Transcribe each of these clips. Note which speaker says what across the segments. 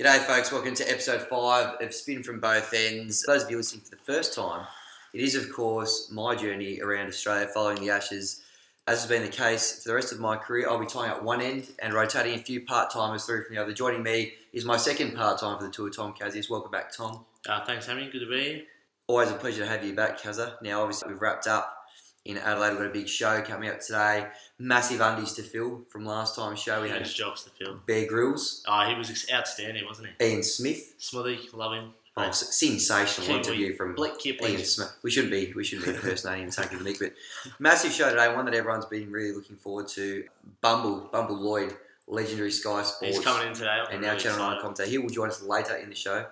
Speaker 1: G'day, folks. Welcome to episode five of Spin from Both Ends. For those of you listening for the first time, it is, of course, my journey around Australia following the Ashes. As has been the case for the rest of my career, I'll be tying up one end and rotating a few part timers through from the other. Joining me is my second part time for the tour, Tom Cazius. Welcome back, Tom.
Speaker 2: Uh, thanks, Henry. Good to be here.
Speaker 1: Always a pleasure to have you back, Kazza. Now, obviously, we've wrapped up in Adelaide. We've got a big show coming up today. Massive undies to fill from last time's show. We had
Speaker 2: Huge jobs to fill.
Speaker 1: Bear Grylls,
Speaker 2: Ah, he was ex- outstanding, wasn't he?
Speaker 1: Ian Smith.
Speaker 2: Smithy, love him.
Speaker 1: Oh,
Speaker 2: Mate,
Speaker 1: s- sensational
Speaker 2: Kiwi.
Speaker 1: interview from
Speaker 2: Blake Kipling.
Speaker 1: Ian Smith. We shouldn't be we shouldn't be impersonating and taking the mic, but massive show today. One that everyone's been really looking forward to. Bumble Bumble Lloyd, legendary Sky Sports,
Speaker 2: He's coming in today. I'm
Speaker 1: and now
Speaker 2: really
Speaker 1: Channel Nine
Speaker 2: excited.
Speaker 1: commentator. He will join us later in the show,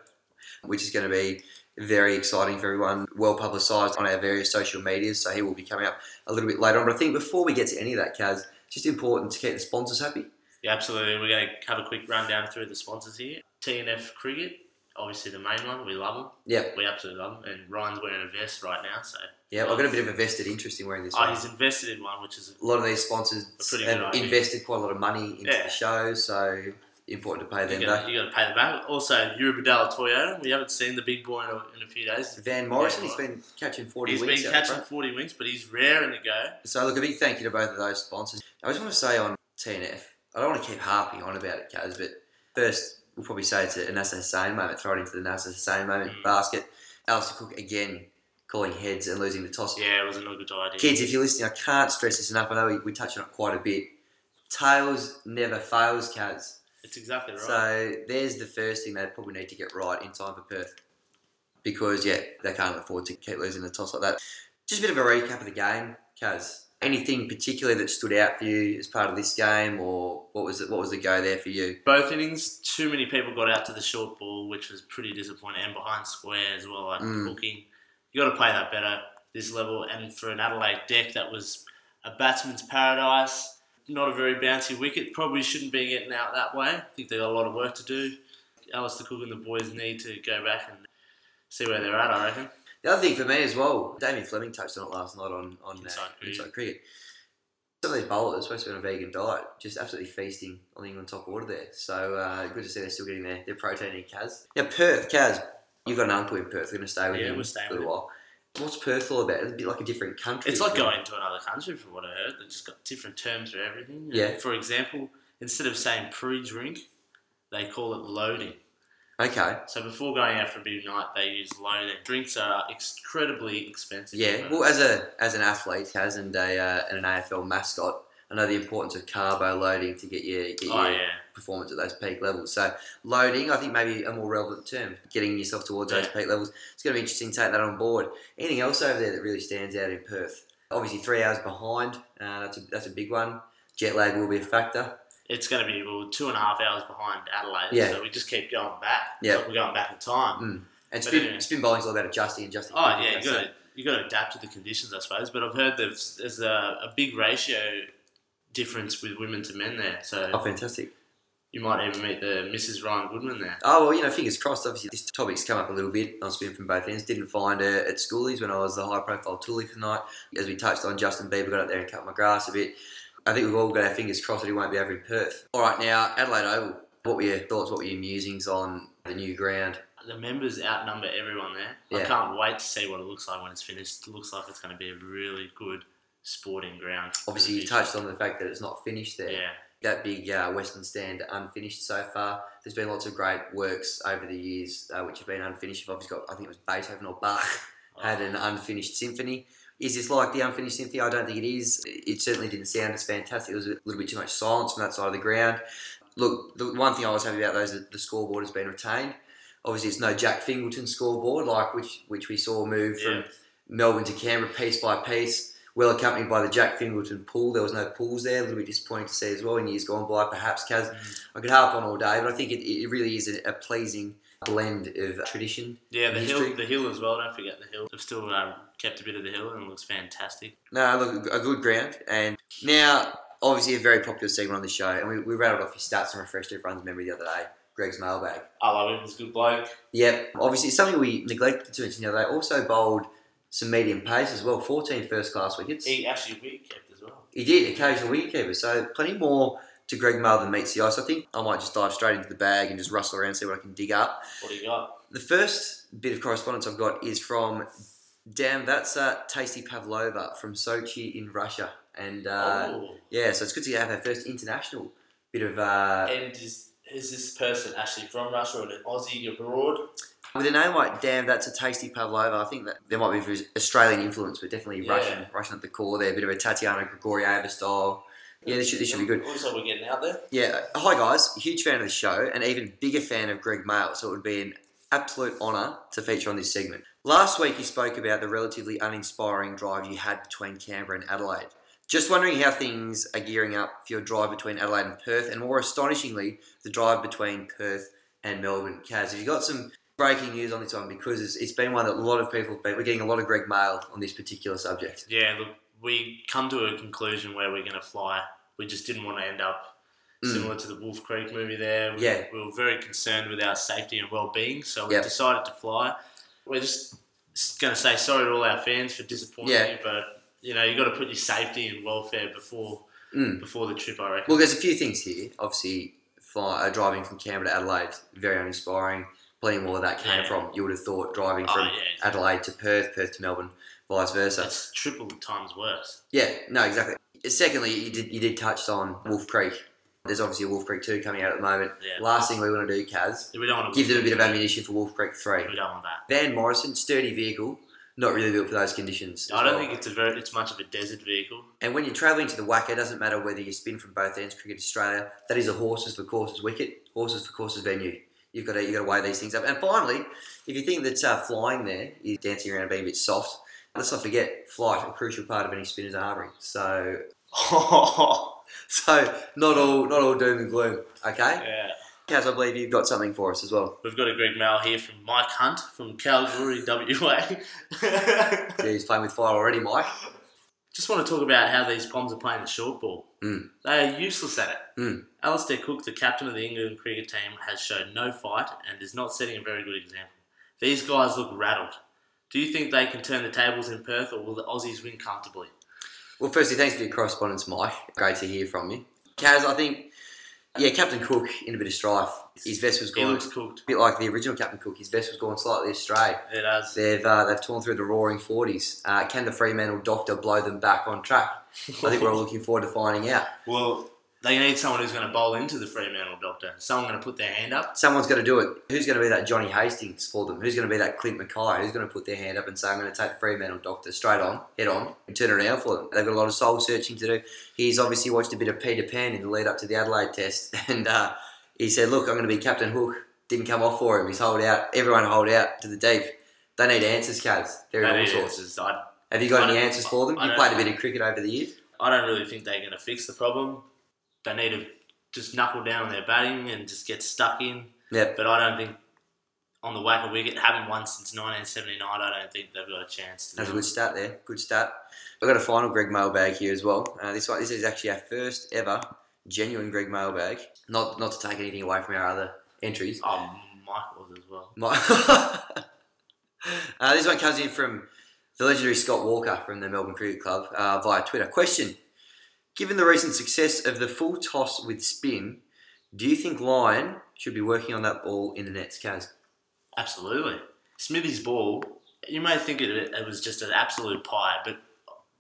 Speaker 1: which is going to be very exciting for everyone. Well publicised on our various social medias, so he will be coming up a little bit later on. But I think before we get to any of that, Kaz, it's just important to keep the sponsors happy.
Speaker 2: Yeah, absolutely. We're going to have a quick rundown through the sponsors here. TNF Cricket, obviously the main one. We love
Speaker 1: Yep,
Speaker 2: them. We absolutely love them. And Ryan's wearing a vest right now, so
Speaker 1: yeah, I've got a bit of a vested interest in wearing this.
Speaker 2: oh,
Speaker 1: one.
Speaker 2: he's invested in one, which is
Speaker 1: a lot of these sponsors
Speaker 2: A pretty good
Speaker 1: have
Speaker 2: idea.
Speaker 1: invested quite a lot of money into
Speaker 2: Yeah.
Speaker 1: the show, so important to pay
Speaker 2: you
Speaker 1: them
Speaker 2: got
Speaker 1: back.
Speaker 2: to pay the back. Also, Eurobadal Toyota. We haven't seen the big boy in a, in a few days.
Speaker 1: Van Morrison,
Speaker 2: Yeah,
Speaker 1: he's been catching 40
Speaker 2: He's been
Speaker 1: weeks out the
Speaker 2: catching
Speaker 1: front.
Speaker 2: 40 wings, but he's raring to go.
Speaker 1: So, look, a big thank you to both of those sponsors. I just want to say on TNF, I don't want to keep harping on about it, Kaz, but first, we'll probably say it's a NASA Hussain moment, throw it into the NASA Hussain moment
Speaker 2: Mm.
Speaker 1: basket. Alistair Cook again calling heads and losing the toss.
Speaker 2: Yeah, it was not a good idea.
Speaker 1: Kids, if you're listening, I can't stress this enough. I know we, we touch on it quite a bit. Tails never fails, Kaz.
Speaker 2: It's exactly right.
Speaker 1: So there's the first thing they probably need to get right in time for Perth, because yeah, they can't afford to keep losing the toss like that. Just a bit of a recap of the game, Kaz. Anything particularly that stood out for you as part of this game, or what was it? What was the go there for you?
Speaker 2: Both innings, too many people got out to the short ball, which was pretty disappointing, and behind square as well, like
Speaker 1: Mm.
Speaker 2: hooking. You got to play that better this level, and for an Adelaide deck, that was a batsman's paradise. Not a very bouncy wicket. Probably shouldn't be getting out that way. I think they got a lot of work to do. Alistair Cook and the boys need to go back and see where they're at. I reckon.
Speaker 1: The other thing for me as well, Damien Fleming touched on it last night on on uh,
Speaker 2: Inside cricket.
Speaker 1: inside cricket. Some of these bowlers are supposed to be on a vegan diet, just absolutely feasting on the England top order there. So uh, good to see they're still getting their, their protein in Kaz. Now Perth, Kaz, you've got an uncle in Perth. We're going to stay with
Speaker 2: Yeah,
Speaker 1: him
Speaker 2: we're staying
Speaker 1: for a
Speaker 2: with him.
Speaker 1: while. What's Perth all about? It's a bit like a different country.
Speaker 2: It's like
Speaker 1: isn't it?
Speaker 2: going to another country, from what I heard. They've just got different terms for everything.
Speaker 1: Yeah.
Speaker 2: For example, instead of saying pre-drink, they call it loading.
Speaker 1: Okay.
Speaker 2: So before going out for a big night, they use loading. Drinks are incredibly expensive.
Speaker 1: Yeah. Well, as a as an athlete, Kaz, and a uh, and an AFL mascot, I know the importance of carbo loading to get your get
Speaker 2: oh
Speaker 1: your
Speaker 2: yeah,
Speaker 1: performance at those peak levels. So loading, I think maybe a more relevant term, getting yourself towards those
Speaker 2: Yeah.
Speaker 1: peak levels. It's going to be interesting to take that on board. Anything else over there that really stands out in Perth? Obviously, three hours behind. Uh, that's a that's a big one. Jet lag will be a factor.
Speaker 2: it's going to be well, two and a half hours behind Adelaide.
Speaker 1: Yeah.
Speaker 2: So we just keep going back.
Speaker 1: Yeah.
Speaker 2: It's like we're going back in time.
Speaker 1: Mm. And
Speaker 2: But
Speaker 1: spin,
Speaker 2: anyway.
Speaker 1: spin bowling's all about adjusting, adjusting.
Speaker 2: Oh yeah, you
Speaker 1: So-
Speaker 2: got to you got to adapt to the conditions, I suppose. But I've heard there's, there's a, a big ratio difference with women to men there. So
Speaker 1: Oh, fantastic.
Speaker 2: you might even meet the Mrs. Ryan Goodman there.
Speaker 1: Oh, well, you know, fingers crossed. Obviously, this topic's come up a little bit on Spin from Both Ends. Didn't find her at schoolies when I was the high profile toolie for the night. As we touched on, Justin Bieber got up there and cut my grass a bit. I think we've all got our fingers crossed that he won't be over in Perth. All right, now, Adelaide Oval. What were your thoughts? What were your musings on the new ground?
Speaker 2: The members outnumber everyone there.
Speaker 1: Yeah.
Speaker 2: I can't wait to see what it looks like when it's finished. It looks like it's going to be a really good sporting ground. for the
Speaker 1: Obviously, you
Speaker 2: future.
Speaker 1: touched on the fact that it's not finished there.
Speaker 2: Yeah.
Speaker 1: That big uh, Western stand unfinished so far. There's been lots of great works over the years uh, which have been unfinished. You've obviously got, I think it was Beethoven or Bach had an unfinished symphony. Is this like the unfinished symphony? I don't think it is. It certainly didn't sound as fantastic. There was a little bit too much silence from that side of the ground. Look, the one thing I was happy about though is that the scoreboard has been retained. Obviously, it's no Jack Fingleton scoreboard like which which we saw move from
Speaker 2: Yeah.
Speaker 1: Melbourne to Canberra piece by piece. Well accompanied by the Jack Fingleton pool. There was no pools there. A little bit disappointing to see as well in years gone by. Perhaps Kaz, I could harp on all day, but I think it, it really is a, a pleasing blend of tradition
Speaker 2: Yeah, the
Speaker 1: History.
Speaker 2: hill, the hill as well. Don't forget the hill. They've still um, kept a bit of the hill, and it looks fantastic.
Speaker 1: No, look, a good ground. And now, obviously, a very popular segment on the show. And we, we rattled off his stats and refreshed everyone's memory the other day Greg's mailbag.
Speaker 2: I love him. He's a good bloke.
Speaker 1: Yep, obviously, it's something we neglected to mention the other day. Also, bowled some medium pace as well 14 first class wickets.
Speaker 2: He actually wicket kept as well.
Speaker 1: He did, occasional wicketkeeper. So, plenty more to Greg Muller than meets the eye. So I think I might just dive straight into the bag and just rustle around, see what I can dig up.
Speaker 2: What do you got?
Speaker 1: The first bit of correspondence I've got is from Damn, that's uh, Tasty Pavlova from Sochi in Russia. And uh,
Speaker 2: oh.
Speaker 1: yeah, so it's good to have our first international bit of. Uh,
Speaker 2: Oh, And is, is this person actually from Russia or an Aussie abroad?
Speaker 1: with a name like Damn, that's a Tasty Pavlova, I think that there might be Australian influence, but definitely
Speaker 2: Yeah.
Speaker 1: Russian Russian at the core there. A bit of a Tatiana Grigorieva style. Yeah, this should, this should be good.
Speaker 2: Also, we're getting out there.
Speaker 1: Yeah, hi guys, huge fan of the show and even bigger fan of Greg Mail, so it would be an absolute honour to feature on this segment. Last week you spoke about the relatively uninspiring drive you had between Canberra and Adelaide. Just wondering how things are gearing up for your drive between Adelaide and Perth, and more astonishingly, the drive between Perth and Melbourne. Kaz, have you got some breaking news on this one? Because it's, it's been one that a lot of people have been, we're getting a lot of Greg Mail on this particular subject.
Speaker 2: Yeah, look, we come to a conclusion where we're going to fly. We just didn't want to end up
Speaker 1: Mm.
Speaker 2: similar to the Wolf Creek movie there. We,
Speaker 1: Yeah.
Speaker 2: we were very concerned with our safety and well being, so we
Speaker 1: Yeah.
Speaker 2: decided to fly. We're just going to say sorry to all our fans for disappointing
Speaker 1: Yeah.
Speaker 2: you, but you know, you got to put your safety and welfare before
Speaker 1: Mm.
Speaker 2: before the trip, I reckon.
Speaker 1: Well, there's a few things here. Obviously, fly, uh, driving from Canberra to Adelaide, very uninspiring. Plenty more where that came
Speaker 2: Yeah.
Speaker 1: from. You would have thought driving
Speaker 2: oh,
Speaker 1: from
Speaker 2: yeah,
Speaker 1: Adelaide to Perth, Perth to Melbourne, vice versa.
Speaker 2: that's triple times worse.
Speaker 1: Yeah, no, exactly. Secondly, you did you did touch on Wolf Creek. There's obviously a Wolf Creek two coming out at the moment.
Speaker 2: Yeah.
Speaker 1: Last thing we want to do, Kaz,
Speaker 2: We don't want to
Speaker 1: give them a bit of ammunition for Wolf Creek three.
Speaker 2: We don't want that.
Speaker 1: Van Morrison, sturdy vehicle, not really built for those conditions. as
Speaker 2: I don't
Speaker 1: well.
Speaker 2: think it's a very it's much of a desert vehicle.
Speaker 1: And when you're travelling to the WAC, it doesn't matter whether you spin from both ends, Cricket Australia. That is a horses for courses wicket, horses for courses venue. You've got to you've got to weigh these things up. And finally, if you think that uh, flying there is dancing around being a bit soft, let's not forget flight, a crucial part of any spinner's armoury. So so not all not all doom and gloom. Okay,
Speaker 2: yeah.
Speaker 1: Kaz, I believe you've got something for us as well.
Speaker 2: We've got a Greg Mail here from Mike Hunt from Calgary, WA.
Speaker 1: Yeah, he's playing with fire already, Mike.
Speaker 2: Just want to talk about how these Poms are playing the short ball.
Speaker 1: Mm.
Speaker 2: They are useless at it.
Speaker 1: Mm.
Speaker 2: Alistair Cook, the captain of the England cricket team, has shown no fight and is not setting a very good example. These guys look rattled. Do you think they can turn the tables in Perth or will the Aussies win comfortably?
Speaker 1: Well, firstly, thanks for your correspondence, Mike. Great to hear from you, Kaz. I think yeah, Captain Cook in a bit of strife. His vest was
Speaker 2: He
Speaker 1: gone.
Speaker 2: looks cooked.
Speaker 1: a bit like the original Captain Cook, his vessel's gone slightly astray.
Speaker 2: It does.
Speaker 1: They've uh, they've torn through the roaring forties. Uh, can the Fremantle Doctor blow them back on track? I think we're all looking forward to finding out.
Speaker 2: Well, they need someone who's going to bowl into the Fremantle Doctor. Someone going to put their hand up.
Speaker 1: Someone's got to do it. Who's going to be that Johnny Hastings for them? Who's going to be that Clint Mackay? Who's going to put their hand up and say, "I'm going to take the Fremantle Doctor straight on, head on, and turn it around for them"? They've got a lot of soul searching to do. He's obviously watched a bit of Peter Pan in the lead up to the Adelaide Test, and uh, he said, "Look, I'm going to be Captain Hook." Didn't come off for him. He's hold out. Everyone hold out to the deep. They need answers, Kaz. They're in
Speaker 2: That
Speaker 1: all
Speaker 2: is-
Speaker 1: sorts.
Speaker 2: I
Speaker 1: Have you got
Speaker 2: I
Speaker 1: any
Speaker 2: don't-
Speaker 1: answers for them?
Speaker 2: I
Speaker 1: You
Speaker 2: don't
Speaker 1: played a
Speaker 2: know.
Speaker 1: bit of cricket over the years.
Speaker 2: I don't really think they're going to fix the problem. They need to just knuckle down on their batting and just get stuck in.
Speaker 1: Yep.
Speaker 2: But I don't think on the whack a wicket, haven't won since 1979. I don't think they've got a chance. To
Speaker 1: That's a good start there. Good start. I've got a final Greg mailbag here as well. Uh, this one, this is actually our first ever genuine Greg mailbag. Not not to take anything away from our other entries.
Speaker 2: Oh, Michael's as well.
Speaker 1: My- uh, this one comes in from the legendary Scott Walker from the Melbourne Cricket Club uh, via Twitter. Question: Given the recent success of the full toss with spin, do you think Lyon should be working on that ball in the nets, Kaz?
Speaker 2: Absolutely. Smithy's ball, you may think it, it was just an absolute pie, but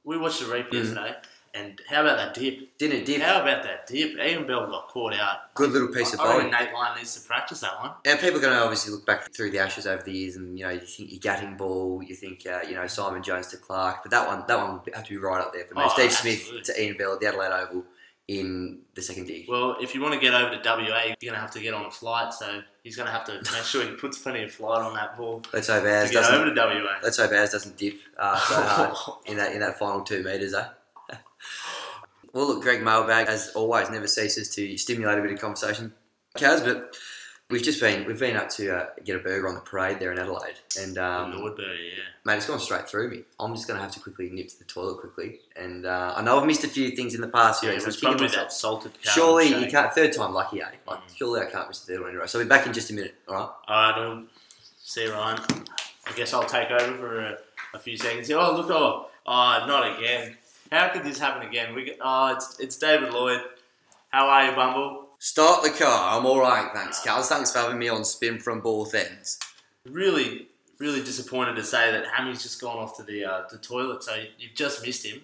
Speaker 2: we watched the replay
Speaker 1: Mm.
Speaker 2: today, and how about that dip?
Speaker 1: Didn't it dip?
Speaker 2: How about that dip? Ian Bell got caught out.
Speaker 1: Good little piece of
Speaker 2: I, I
Speaker 1: bowling.
Speaker 2: reckon Nate Lyon needs to practice that one.
Speaker 1: And people are going to obviously look back through the Ashes over the years, and you know you think your Gatting Ball, you think uh, you know Simon Jones to Clark, but that one that one would have to be right up there for me.
Speaker 2: Oh,
Speaker 1: Steve
Speaker 2: absolutely.
Speaker 1: Smith to Ian Bell at the Adelaide Oval in the second dig.
Speaker 2: Well, if you want to get over to WA, you're going to have to get on a flight, so he's going to have to make sure he puts plenty of flight on that ball
Speaker 1: Let's hope
Speaker 2: to
Speaker 1: ours
Speaker 2: get
Speaker 1: doesn't.
Speaker 2: over to WA.
Speaker 1: Let's hope ours doesn't dip uh, so hard in that in that final two meters, eh? well, look, Greg Mailbag, as always, never ceases to stimulate a bit of conversation, Kaz. But we've just been we've been up to uh, get a burger on the parade there in Adelaide, and um,
Speaker 2: Nordbury, yeah.
Speaker 1: Mate, it's gone straight through me. I'm just going to have to quickly nip to the toilet quickly. And uh, I know I've missed a few things in the past few
Speaker 2: yeah
Speaker 1: weeks.
Speaker 2: it
Speaker 1: I'm
Speaker 2: was
Speaker 1: kicking
Speaker 2: probably
Speaker 1: myself.
Speaker 2: that salted caramel
Speaker 1: Surely you
Speaker 2: shake.
Speaker 1: can't. Third time lucky, eh? Like,
Speaker 2: Mm.
Speaker 1: surely I can't miss the third one in a row. So I'll be back in just a minute, all right?
Speaker 2: All right, well, see you, Ryan. I guess I'll take over for a, a few seconds here. Oh, look, oh, oh, not again. How could this happen again? We, get- oh, it's, it's David Lloyd. How are you, Bumble?
Speaker 1: Start the car. I'm all right, thanks, Cal. Thanks for having me on Spin from Both Ends.
Speaker 2: Really, really disappointed to say that Hammy's just gone off to the uh, the toilet, so you've just missed him.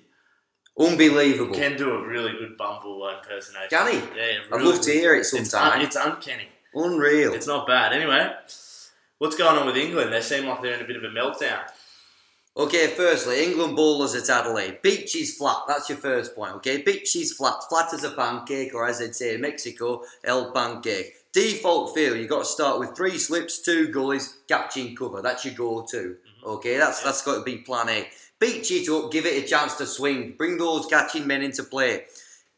Speaker 1: Unbelievable.
Speaker 2: Can do a really good Bumble impersonation.
Speaker 1: Can he?
Speaker 2: Yeah, yeah
Speaker 1: I'd
Speaker 2: really
Speaker 1: love to
Speaker 2: good.
Speaker 1: hear it
Speaker 2: It's, un-
Speaker 1: sometime.
Speaker 2: it's uncanny.
Speaker 1: Unreal.
Speaker 2: It's not bad. Anyway, what's going on with England? They seem like they're in a bit of a meltdown.
Speaker 1: Okay, firstly, England bowlers at Adelaide. Beach is flat. That's your first point, okay? Beach is flat. Flat as a pancake, or as they'd say in Mexico, el pancake. Default field, you've got to start with three slips, two gullies, catching cover. That's your go-to, okay? That's That's got to be plan A. Beach it up, give it a chance to swing. Bring those catching men into play.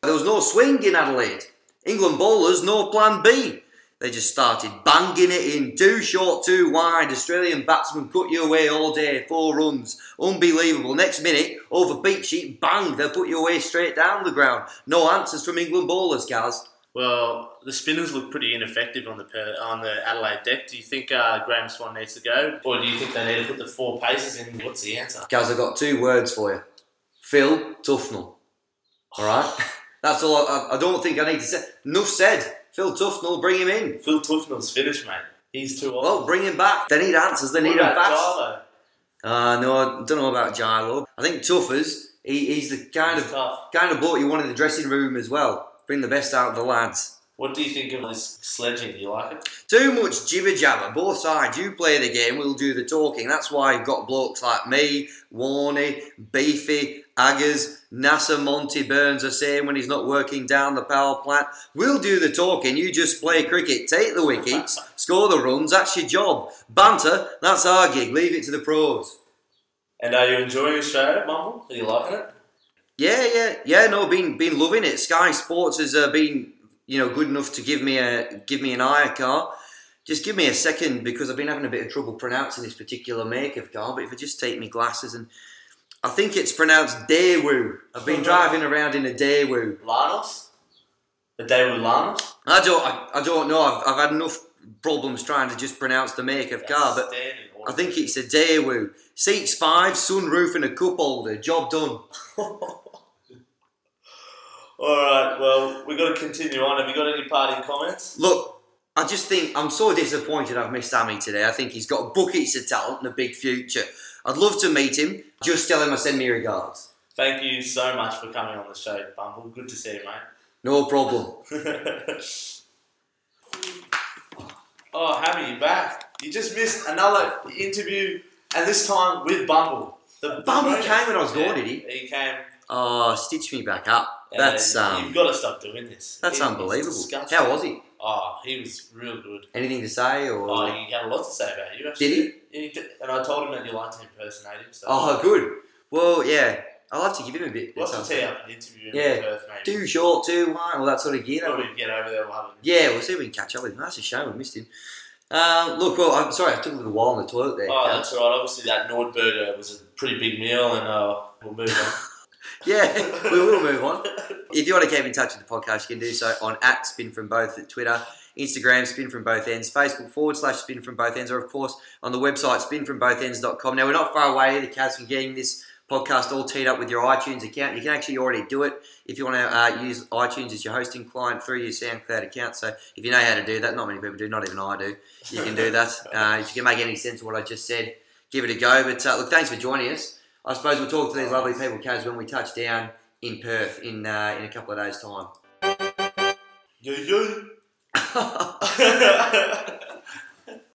Speaker 1: There was no swing in Adelaide. England bowlers, no plan B. They just started banging it in. Too short, too wide. Australian batsmen cut you away all day. Four runs. Unbelievable. Next minute, over beat sheet, bang, they'll put you away straight down the ground. No answers from England bowlers, Gaz.
Speaker 2: Well, the spinners look pretty ineffective on the per- on the Adelaide deck. Do you think uh, Graham Swan needs to go, or do you think they need to put the four paces in? What's the answer?
Speaker 1: Gaz, I've got two words for you. Phil Tufnell. All right? That's all. I, I don't think I need to say. Enough said. Phil Tufnell, bring him in.
Speaker 2: Phil Tufnell's finished, mate. He's too old.
Speaker 1: Well, bring him back. They need answers. They
Speaker 2: What
Speaker 1: need him
Speaker 2: about
Speaker 1: fast.
Speaker 2: Darlow?
Speaker 1: Uh, no, I don't know about Gyro. I think Tuffers, he, he's the kind
Speaker 2: He's
Speaker 1: of
Speaker 2: tough.
Speaker 1: kind of bloke you want in the dressing room as well. Bring the best out of the lads.
Speaker 2: What do you think of this sledging? Do you like it?
Speaker 1: Too much jibber jabber, both sides. You play the game, we'll do the talking. That's why you've got blokes like me, Warney, Beefy, Aggers, NASA Monty Burns are saying when he's not working down the power plant. We'll do the talking, you just play cricket, take the wickets, score the runs, that's your job. Banter, that's our gig, leave it to the pros.
Speaker 2: And are you enjoying Australia, Mumble? Are you liking it?
Speaker 1: Yeah, yeah, yeah. No, been been loving it. Sky Sports has uh, been you know good enough to give me a give me an eye car. Just give me a second because I've been having a bit of trouble pronouncing this particular make of car. But if I just take my glasses and I think it's pronounced Daewoo. I've been driving around in a Daewoo.
Speaker 2: Lanos? The Daewoo Lanos?
Speaker 1: I don't I, I don't know. I've, I've had enough problems trying to just pronounce the make of car, but
Speaker 2: Outstanding.
Speaker 1: I think it's a Daewoo. Seats five, sunroof, and a cup holder. Job done.
Speaker 2: All right. Well, we've got to continue on. Have you got any parting comments?
Speaker 1: Look, I just think I'm so disappointed I've missed Hammy today. I think he's got buckets of talent and a big future. I'd love to meet him. Just tell him I send me regards.
Speaker 2: Thank you so much for coming on the show, Bumble. Good to see you,
Speaker 1: No problem.
Speaker 2: mate. oh, Hammy, you back? You just missed another interview, and this time with Bumble. The
Speaker 1: Bumble came when I was gone, did he?
Speaker 2: He came.
Speaker 1: Oh, stitch me back up.
Speaker 2: and
Speaker 1: That's
Speaker 2: you've
Speaker 1: um,
Speaker 2: got to stop doing this.
Speaker 1: that's
Speaker 2: It is
Speaker 1: unbelievable.
Speaker 2: disgusting.
Speaker 1: How was he?
Speaker 2: Oh, he was real good.
Speaker 1: Anything to say or?
Speaker 2: Oh, he had a lot to say about you. Actually.
Speaker 1: Did he?
Speaker 2: Yeah, he? did. And I told him that you liked to impersonate him. So
Speaker 1: Oh, good. Well, yeah. I'll have to give him a bit. bit
Speaker 2: What's the
Speaker 1: of
Speaker 2: tea
Speaker 1: time.
Speaker 2: up an interview in
Speaker 1: Yeah,
Speaker 2: Perth, maybe?
Speaker 1: Too short, too wide, all that sort of gear.
Speaker 2: Probably get over there, we'll have it.
Speaker 1: Yeah, we'll see if we can catch up with him. That's a shame we missed him. Uh, look, well, I'm sorry, I took a little while in the toilet there.
Speaker 2: Oh,
Speaker 1: Cal.
Speaker 2: that's all right. Obviously, that Nordburger was a pretty big meal, and uh, we'll move on.
Speaker 1: Yeah, we will move on. If you want to keep in touch with the podcast, you can do so on at Spin From Both at Twitter, Instagram, Spin From Both Ends, Facebook forward slash Spin From Both Ends, or of course on the website spinfrombothends.com. Now, we're not far away either, Kaz, from getting this podcast all teed up with your iTunes account. You can actually already do it if you want to uh, use iTunes as your hosting client through your SoundCloud account. So if you know how to do that, not many people do, not even I do, you can do that. Uh, if you can make any sense of what I just said, give it a go. But uh, look, thanks for joining us. I suppose we'll talk to these lovely people, Kaz, when we touch down in Perth in uh, in a couple of days' time.
Speaker 2: Yo, yo.